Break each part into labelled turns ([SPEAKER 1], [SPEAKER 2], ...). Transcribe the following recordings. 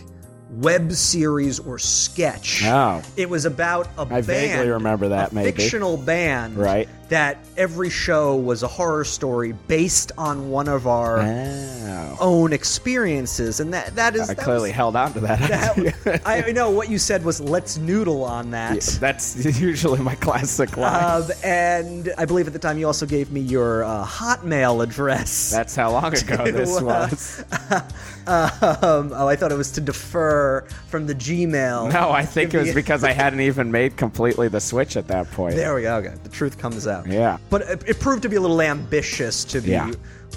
[SPEAKER 1] web series or sketch.
[SPEAKER 2] Oh.
[SPEAKER 1] It was about a
[SPEAKER 2] I vaguely
[SPEAKER 1] band,
[SPEAKER 2] remember that,
[SPEAKER 1] a
[SPEAKER 2] maybe.
[SPEAKER 1] fictional band,
[SPEAKER 2] Right.
[SPEAKER 1] That every show was a horror story based on one of our
[SPEAKER 2] Wow.
[SPEAKER 1] own experiences, and that that is
[SPEAKER 2] I
[SPEAKER 1] that
[SPEAKER 2] clearly
[SPEAKER 1] was-
[SPEAKER 2] held on to that. idea.
[SPEAKER 1] that- I know what you said was let's noodle on that.
[SPEAKER 2] That's usually my classic line.
[SPEAKER 1] Um, and I believe at the time you also gave me your uh, Hotmail address.
[SPEAKER 2] That's how long ago this
[SPEAKER 1] uh,
[SPEAKER 2] was.
[SPEAKER 1] um, oh, I thought it was to defer from the Gmail.
[SPEAKER 2] No, I think it was
[SPEAKER 1] Yeah.
[SPEAKER 2] because I hadn't even made completely the switch at that point.
[SPEAKER 1] There we go. Okay, the truth comes out.
[SPEAKER 2] Yeah.
[SPEAKER 1] But it, it proved to be a little ambitious to be
[SPEAKER 2] Yeah.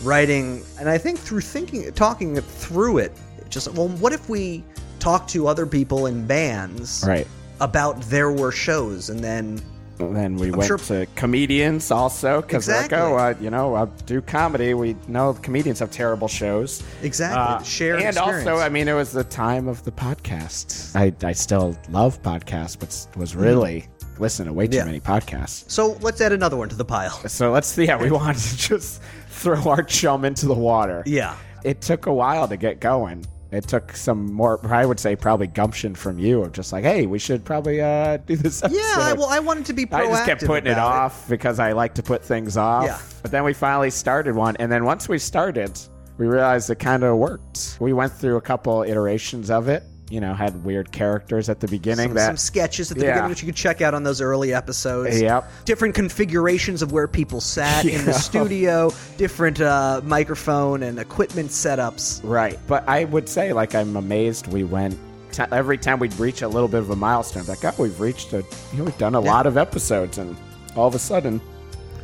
[SPEAKER 1] writing, and I think through thinking, talking it through it, it just well, what if we talk to other people in bands
[SPEAKER 2] Right.
[SPEAKER 1] about their were shows, and then
[SPEAKER 2] And then we went
[SPEAKER 1] sure-
[SPEAKER 2] to comedians also because
[SPEAKER 1] Exactly.
[SPEAKER 2] like, oh, uh, you know, I do comedy. We know comedians have terrible shows.
[SPEAKER 1] Exactly. Shared
[SPEAKER 2] Uh, and
[SPEAKER 1] experience.
[SPEAKER 2] also, I mean, it was the time of the podcast. I, I still love podcasts, but s-
[SPEAKER 1] Mm.
[SPEAKER 2] was really listening to way too
[SPEAKER 1] Yeah.
[SPEAKER 2] many podcasts.
[SPEAKER 1] so let's add another one to the pile.
[SPEAKER 2] So let's yeah, we wanted to just throw our chum into the water.
[SPEAKER 1] Yeah.
[SPEAKER 2] It took a while to get going. It took some more, I would say, probably gumption from you of just like, hey, we should probably uh, do this. Episode.
[SPEAKER 1] Yeah. I, well, I wanted to be proactive.
[SPEAKER 2] I just kept putting it
[SPEAKER 1] about
[SPEAKER 2] off because I like to put things off.
[SPEAKER 1] Yeah.
[SPEAKER 2] But then we finally started one. And then once we started, we realized it kind of worked. We went through a couple iterations of it. you know, had weird characters at the beginning
[SPEAKER 1] Some,
[SPEAKER 2] that
[SPEAKER 1] some sketches at the
[SPEAKER 2] Yeah.
[SPEAKER 1] beginning, which you could check out on those early episodes.
[SPEAKER 2] Yep.
[SPEAKER 1] Different configurations of where people sat in the
[SPEAKER 2] Yeah.
[SPEAKER 1] studio, different uh, microphone and equipment setups.
[SPEAKER 2] Right. But I would say, like, I'm amazed we went. T- every time we'd reach a little bit of a milestone, like, oh, we've reached a. You know, we've done a lot of episodes, and all of a sudden,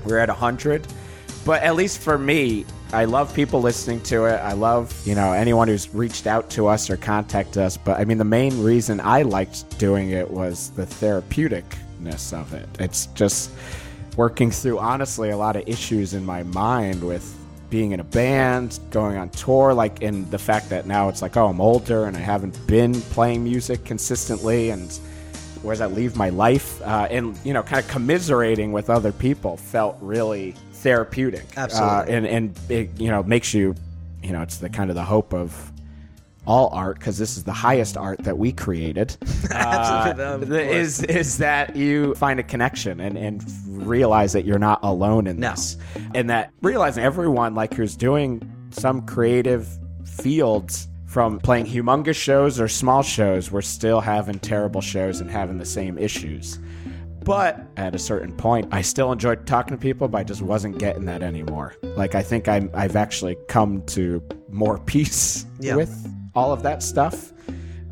[SPEAKER 2] we're at 100. But at least for me, I love people listening to it. I love, you know, anyone who's reached out to us or contacted us. But I mean, the main reason I liked doing it was the therapeuticness of it. It's just working through, honestly, a lot of issues in my mind with being in a band, going on tour, like, and the fact that now it's like, oh, I'm older and I haven't been playing music consistently. And where does that leave my life? Uh, and you know, kind of commiserating with other people felt really therapeutic.
[SPEAKER 1] Absolutely.
[SPEAKER 2] uh, and and it, you know makes you, you know, it's the kind of the hope of all art because this is the highest art that we created.
[SPEAKER 1] Absolutely,
[SPEAKER 2] Uh,
[SPEAKER 1] of
[SPEAKER 2] the-
[SPEAKER 1] course.
[SPEAKER 2] is is that you find a connection and and realize that you're not alone in
[SPEAKER 1] No.
[SPEAKER 2] this, and that realizing everyone like who's doing some creative fields from playing humongous shows or small shows, we're still having terrible shows and having the same issues. But at a certain point, I still enjoyed talking to people, but I just wasn't getting that anymore. Like I think I'm, I've actually come to more peace
[SPEAKER 1] Yeah.
[SPEAKER 2] with all of that stuff,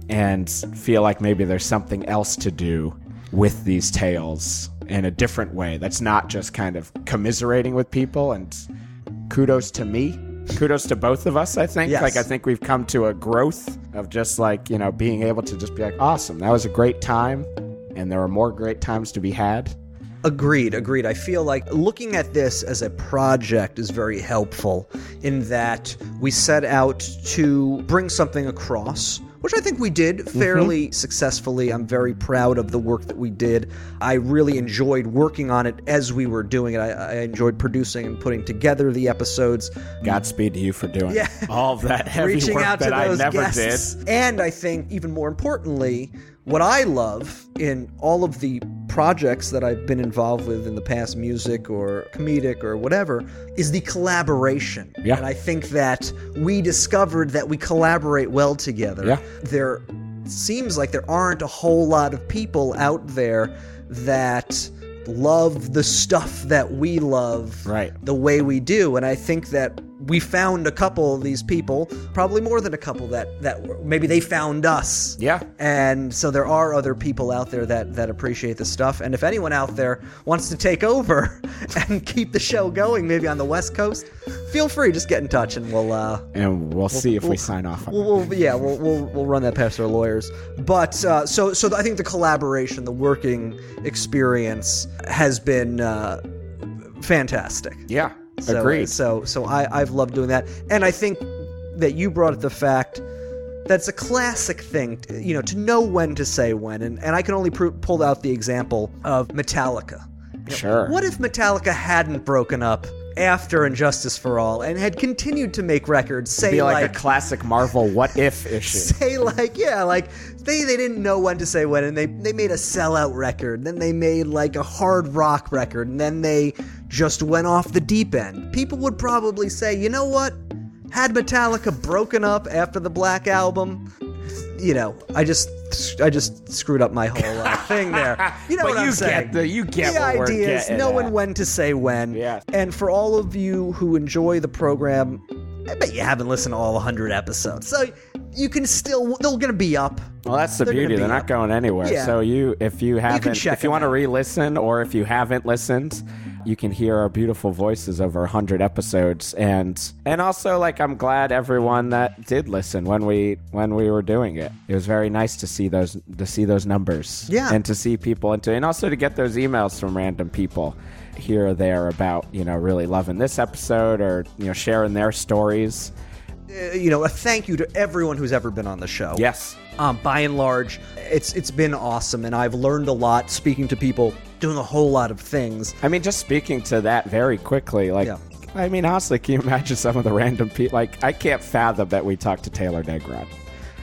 [SPEAKER 2] and feel like maybe there's something else to do with these tales in a different way. That's not just kind of commiserating with people. And kudos to me. Kudos to both of us, I think.
[SPEAKER 1] Yes.
[SPEAKER 2] Like, I think we've come to a growth of just like, you know, being able to just be like, awesome, that was a great time. And there are more great times to be had.
[SPEAKER 1] Agreed, agreed. I feel like looking at this as a project is very helpful in that we set out to bring something across, which I think we did fairly successfully. I'm very proud of the work that we did. I really enjoyed working on it as we were doing it. I, I enjoyed producing and putting together the episodes,
[SPEAKER 2] Godspeed to you for doing all of that heavy
[SPEAKER 1] reaching
[SPEAKER 2] work
[SPEAKER 1] out to
[SPEAKER 2] that I
[SPEAKER 1] those
[SPEAKER 2] never
[SPEAKER 1] guests. And I think even more importantly, what I love in all of the projects that I've been involved with in the past, music or comedic or whatever, is the collaboration.
[SPEAKER 2] Yeah.
[SPEAKER 1] And I think that we discovered that we collaborate well together.
[SPEAKER 2] Yeah.
[SPEAKER 1] There seems like there aren't a whole lot of people out there that love the stuff that we love
[SPEAKER 2] did. Right.
[SPEAKER 1] the way we do and i think that we found a couple of these people probably more than a couple that that were- maybe they found us
[SPEAKER 2] Yeah.
[SPEAKER 1] and so there are other people out there that that appreciate the stuff and if anyone out there wants to take over and keep the show going maybe on the west coast feel free just get in touch and we'll uh
[SPEAKER 2] And we'll see if we sign off on it.
[SPEAKER 1] We'll, we'll, yeah, we'll, we'll, we'll run that past our lawyers. But uh, so so I think the collaboration, the working experience has been uh, fantastic.
[SPEAKER 2] Yeah.
[SPEAKER 1] So, uh,
[SPEAKER 2] Agreed.
[SPEAKER 1] So so I I've loved doing that, and I think that you brought up the fact that's a classic thing, t- you know, to know when to say when, and and I can only pr- pull out the example of Metallica. You know,
[SPEAKER 2] Sure.
[SPEAKER 1] What if Metallica hadn't broken up? After Injustice for All, and had continued to make records, say
[SPEAKER 2] be like, a classic Marvel what if issue.
[SPEAKER 1] say like yeah like they they didn't know when to say when and they they made a sellout record then they made like a hard rock record and then they just went off the deep end people would probably say you know what had metallica broken up after the black album you know i just i just screwed up my whole uh, thing there you know
[SPEAKER 2] but
[SPEAKER 1] what
[SPEAKER 2] you
[SPEAKER 1] i'm
[SPEAKER 2] get
[SPEAKER 1] saying
[SPEAKER 2] the you get
[SPEAKER 1] the
[SPEAKER 2] what we're
[SPEAKER 1] idea is
[SPEAKER 2] getting
[SPEAKER 1] knowing
[SPEAKER 2] at.
[SPEAKER 1] when to say when.
[SPEAKER 2] Yes.
[SPEAKER 1] And for all of you who enjoy the program, I bet you haven't listened to all 100 episodes. So you can still, they're going to be up.
[SPEAKER 2] Well, that's the
[SPEAKER 1] They're gonna
[SPEAKER 2] beauty.
[SPEAKER 1] be
[SPEAKER 2] They're not
[SPEAKER 1] up.
[SPEAKER 2] going anywhere.
[SPEAKER 1] Yeah.
[SPEAKER 2] So you, if you haven't,
[SPEAKER 1] check
[SPEAKER 2] if you
[SPEAKER 1] them
[SPEAKER 2] want to
[SPEAKER 1] out.
[SPEAKER 2] re-listen, or if you haven't listened, you can hear our beautiful voices over hundred episodes. And and also, like, I'm glad everyone that did listen when we when we were doing it. It was very nice to see those to see those numbers.
[SPEAKER 1] Yeah.
[SPEAKER 2] and to see people into, and also to get those emails from random people here or there about you know really loving this episode or you know sharing their stories.
[SPEAKER 1] Uh, you know, a thank you to everyone who's ever been on the show.
[SPEAKER 2] Yes.
[SPEAKER 1] um, by and large, it's it's been awesome, and I've learned a lot speaking to people, doing a whole lot of things.
[SPEAKER 2] I mean, just speaking to that very quickly, like,
[SPEAKER 1] Yeah.
[SPEAKER 2] I mean, honestly, can you imagine some of the random people? Like, I can't fathom that we talked to Taylor Negron.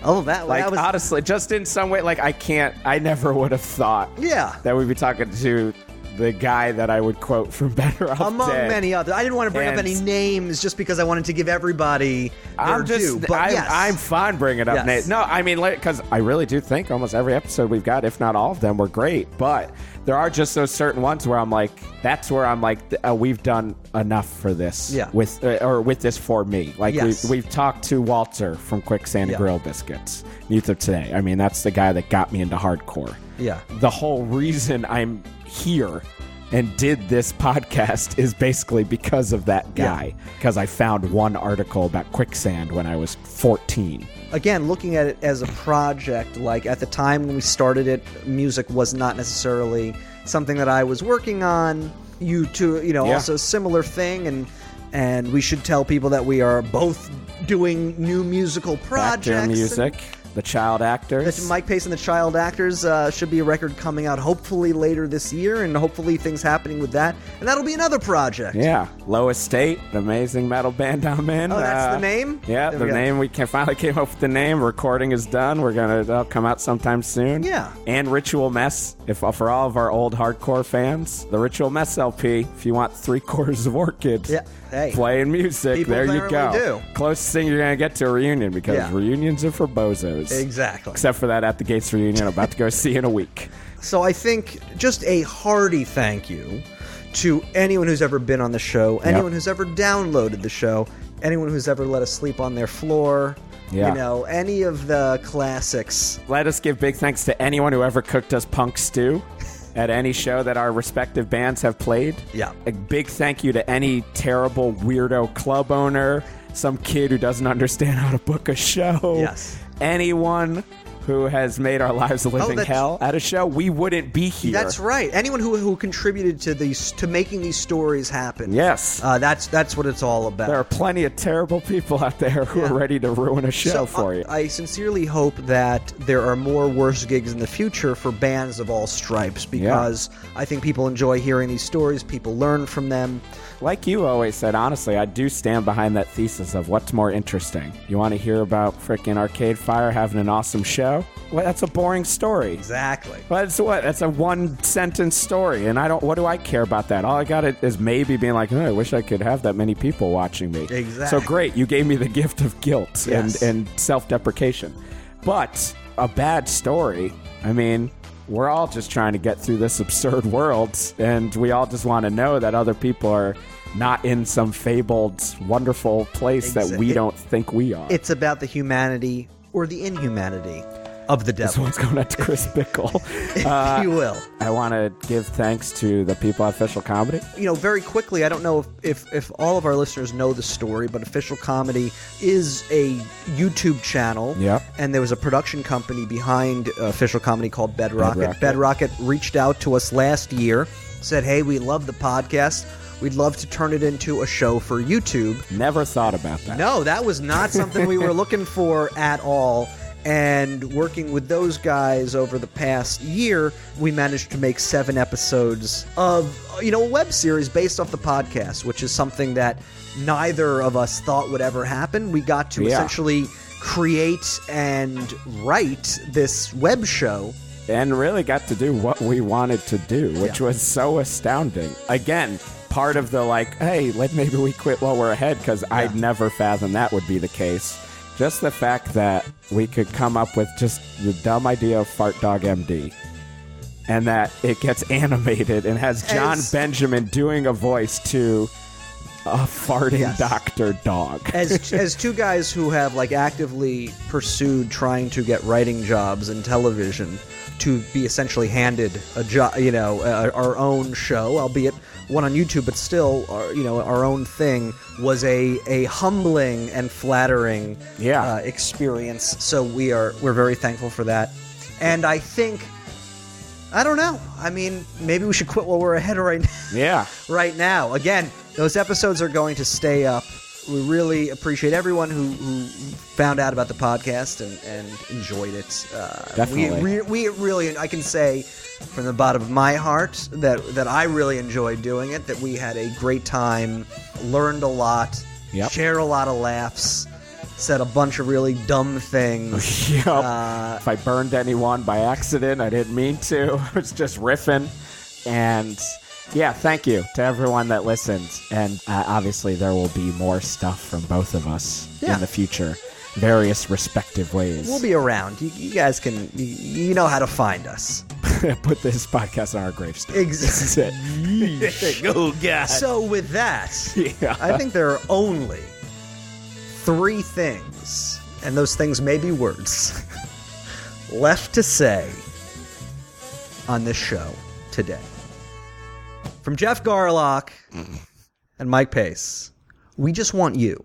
[SPEAKER 1] Oh, that,
[SPEAKER 2] Like,
[SPEAKER 1] that was
[SPEAKER 2] honestly, just in some way, like, I can't, I never would have thought
[SPEAKER 1] yeah.
[SPEAKER 2] that we'd be talking to the guy that I would quote from Better Off
[SPEAKER 1] among
[SPEAKER 2] Dead.
[SPEAKER 1] many others. I didn't want to bring up
[SPEAKER 2] And-
[SPEAKER 1] any names just because I wanted to give everybody their
[SPEAKER 2] I'm just,
[SPEAKER 1] due. But
[SPEAKER 2] I,
[SPEAKER 1] yes,
[SPEAKER 2] I'm fine bringing up
[SPEAKER 1] Yes.
[SPEAKER 2] Nate. No, I mean, because I really do think almost every episode we've got, if not all of them, were great. But there are just those certain ones where I'm like, that's where I'm like, th- uh, we've done enough for this.
[SPEAKER 1] Yeah.
[SPEAKER 2] With uh, or with this for me, like
[SPEAKER 1] Yes.
[SPEAKER 2] we've, we've talked to Walter from Quicksand
[SPEAKER 1] Yeah.
[SPEAKER 2] Grill Biscuits, Youth of Today. I mean, that's the guy that got me into hardcore
[SPEAKER 1] yeah.
[SPEAKER 2] the whole reason I'm here and did this podcast is basically because of that guy. Because I found one article about quicksand when I was 14.
[SPEAKER 1] Again, looking at it as a project, like at the time when we started it, music was not necessarily something that I was working on. You two, you know,
[SPEAKER 2] Yeah.
[SPEAKER 1] also similar thing, and and we should tell people that we are both doing new musical projects.
[SPEAKER 2] Actor
[SPEAKER 1] and-
[SPEAKER 2] music, the child
[SPEAKER 1] That's
[SPEAKER 2] actors.
[SPEAKER 1] Mike Pace and the Child Actors uh, should be a record coming out hopefully later this year, and hopefully things happening with that, and that'll be another project.
[SPEAKER 2] yeah, Low Estate, an amazing metal band I'm in.
[SPEAKER 1] Oh, that's
[SPEAKER 2] Uh,
[SPEAKER 1] the name.
[SPEAKER 2] Yeah,
[SPEAKER 1] There
[SPEAKER 2] the
[SPEAKER 1] we go.
[SPEAKER 2] name we can finally came up with the name. Recording is done. We're gonna it'll come out sometime soon.
[SPEAKER 1] Yeah.
[SPEAKER 2] and Ritual Mess. If for all of our old hardcore fans, the Ritual Mess LP. If you want three quarters of Orchid,
[SPEAKER 1] Yeah, hey.
[SPEAKER 2] playing music.
[SPEAKER 1] People
[SPEAKER 2] there you go.
[SPEAKER 1] apparently do.
[SPEAKER 2] Closest thing you're gonna get to a reunion because
[SPEAKER 1] Yeah.
[SPEAKER 2] reunions are for bozos.
[SPEAKER 1] Exactly.
[SPEAKER 2] Except for that at the Gates reunion, I'm about to go see in a week.
[SPEAKER 1] So I think just a hearty thank you to anyone who's ever been on the show, anyone who's ever downloaded the show, anyone who's ever let us sleep on their floor.
[SPEAKER 2] Yeah.
[SPEAKER 1] You know, any of the classics.
[SPEAKER 2] Let us give big thanks to anyone who ever cooked us punk stew at any show that our respective bands have played.
[SPEAKER 1] Yeah.
[SPEAKER 2] A big thank you to any terrible weirdo club owner, some kid who doesn't understand how to book a show.
[SPEAKER 1] Yes. Oh,
[SPEAKER 2] Anyone who has made our lives a living
[SPEAKER 1] that's-
[SPEAKER 2] hell at a show, we wouldn't be here.
[SPEAKER 1] That's right. Anyone who, who contributed to these to making these stories happen.
[SPEAKER 2] Yes.
[SPEAKER 1] Uh, that's that's what it's all about.
[SPEAKER 2] there are plenty of terrible people out there who
[SPEAKER 1] Yeah.
[SPEAKER 2] are ready to ruin a show
[SPEAKER 1] So, uh,
[SPEAKER 2] for
[SPEAKER 1] I,
[SPEAKER 2] you.
[SPEAKER 1] I sincerely hope that there are more worse gigs in the future for bands of all stripes because I think people enjoy hearing these stories, people learn from them.
[SPEAKER 2] Like you always said, honestly, I do stand behind that thesis of what's more interesting. You want to hear about frickin' Arcade Fire having an awesome show? Well, that's a boring story.
[SPEAKER 1] Exactly.
[SPEAKER 2] But it's what? That's a one sentence story, and I don't. What do I care about that? All I got it is maybe being like, oh, I wish I could have that many people watching me.
[SPEAKER 1] Exactly.
[SPEAKER 2] So great, you gave me the gift of guilt
[SPEAKER 1] Yes.
[SPEAKER 2] and and self deprecation. But a bad story. I mean, we're all just trying to get through this absurd world, and we all just want to know that other people are not in some fabled, wonderful place that
[SPEAKER 1] Exa-
[SPEAKER 2] we
[SPEAKER 1] it-
[SPEAKER 2] don't think we are.
[SPEAKER 1] It's about the humanity or the inhumanity of the
[SPEAKER 2] so
[SPEAKER 1] devil,
[SPEAKER 2] what's going on to Chris Bickle?
[SPEAKER 1] if you will.
[SPEAKER 2] I want to give thanks to the people at Official Comedy.
[SPEAKER 1] You know, very quickly, I don't know if, if, if all of our listeners know the story, but Official Comedy is a YouTube channel.
[SPEAKER 2] Yep.
[SPEAKER 1] And there was a production company behind uh, Official Comedy called Bedrocket.
[SPEAKER 2] Bedrocket.
[SPEAKER 1] Bedrocket reached out to us last year, said, hey, we love the podcast. We'd love to turn it into a show for YouTube.
[SPEAKER 2] Never thought about that.
[SPEAKER 1] No, that was not something we were looking for at all. And working with those guys over the past year, we managed to make seven episodes of, you know, a web series based off the podcast, which is something that neither of us thought would ever happen. We got to
[SPEAKER 2] Yeah.
[SPEAKER 1] essentially create and write this web show.
[SPEAKER 2] And really got to do what we wanted to do, which was so astounding. Again, part of the like, hey, let maybe we quit while we're ahead because I'd never fathom that would be the case. Just the fact that we could come up with just the dumb idea of Fart Dog MD. And that it gets animated and has John
[SPEAKER 1] As-
[SPEAKER 2] Benjamin doing a voice to a farting
[SPEAKER 1] Yes.
[SPEAKER 2] doctor dog.
[SPEAKER 1] as as two guys who have like actively pursued trying to get writing jobs in television to be essentially handed a job you know uh, our own show albeit one on youtube but still our, you know our own thing was a a humbling and flattering
[SPEAKER 2] Yeah.
[SPEAKER 1] uh, experience so we are we're very thankful for that and i think i don't know i mean maybe we should quit while we're ahead right now
[SPEAKER 2] yeah.
[SPEAKER 1] right now. Again, those episodes are going to stay up. We really appreciate everyone who, who found out about the podcast and, and enjoyed it. Uh,
[SPEAKER 2] Definitely.
[SPEAKER 1] We, re- we really, I can say from the bottom of my heart that, that I really enjoyed doing it, that we had a great time, learned a lot,
[SPEAKER 2] Yep.
[SPEAKER 1] shared a lot of laughs, said a bunch of really dumb things.
[SPEAKER 2] Yep.
[SPEAKER 1] Uh,
[SPEAKER 2] if I burned anyone by accident, I didn't mean to. I was just riffing. And Yeah, thank you to everyone that listens. And uh, obviously, there will be more stuff from both of us
[SPEAKER 1] Yeah.
[SPEAKER 2] in the future, various respective ways.
[SPEAKER 1] We'll be around. You, you guys can, you, you know how to find us.
[SPEAKER 2] put this podcast on our gravestone.
[SPEAKER 1] Exactly.
[SPEAKER 2] That's
[SPEAKER 3] oh god.
[SPEAKER 1] So with that,
[SPEAKER 2] it. Yeah.
[SPEAKER 1] I think there are only three things, and those things may be words, left to say on this show today. From Jeff Garlock and Mike Pace, we just want you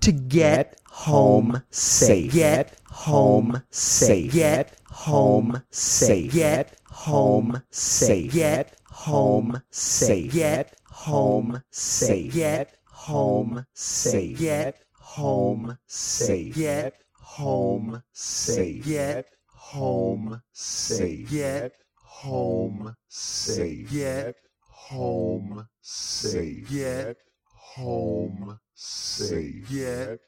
[SPEAKER 1] to get, home safe. Get home safe. Get home safe. Get home safe. Get home safe. Get home safe. Get home safe. Get home safe. Get home safe. Get home safe. Get home safe. Get home safe. Get home safe. Get home safe. Get home safe. Get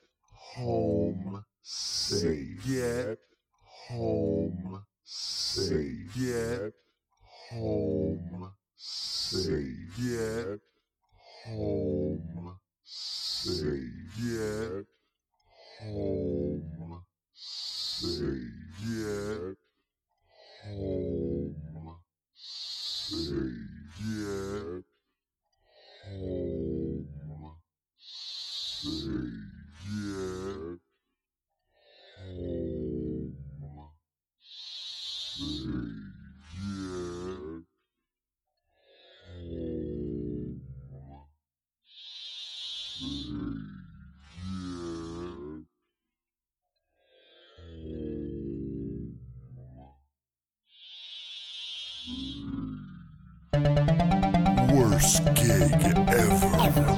[SPEAKER 1] home safe. Get home safe. Get home safe. Get home safe. Get home safe. Get home safe. Get
[SPEAKER 4] Worst gig ever.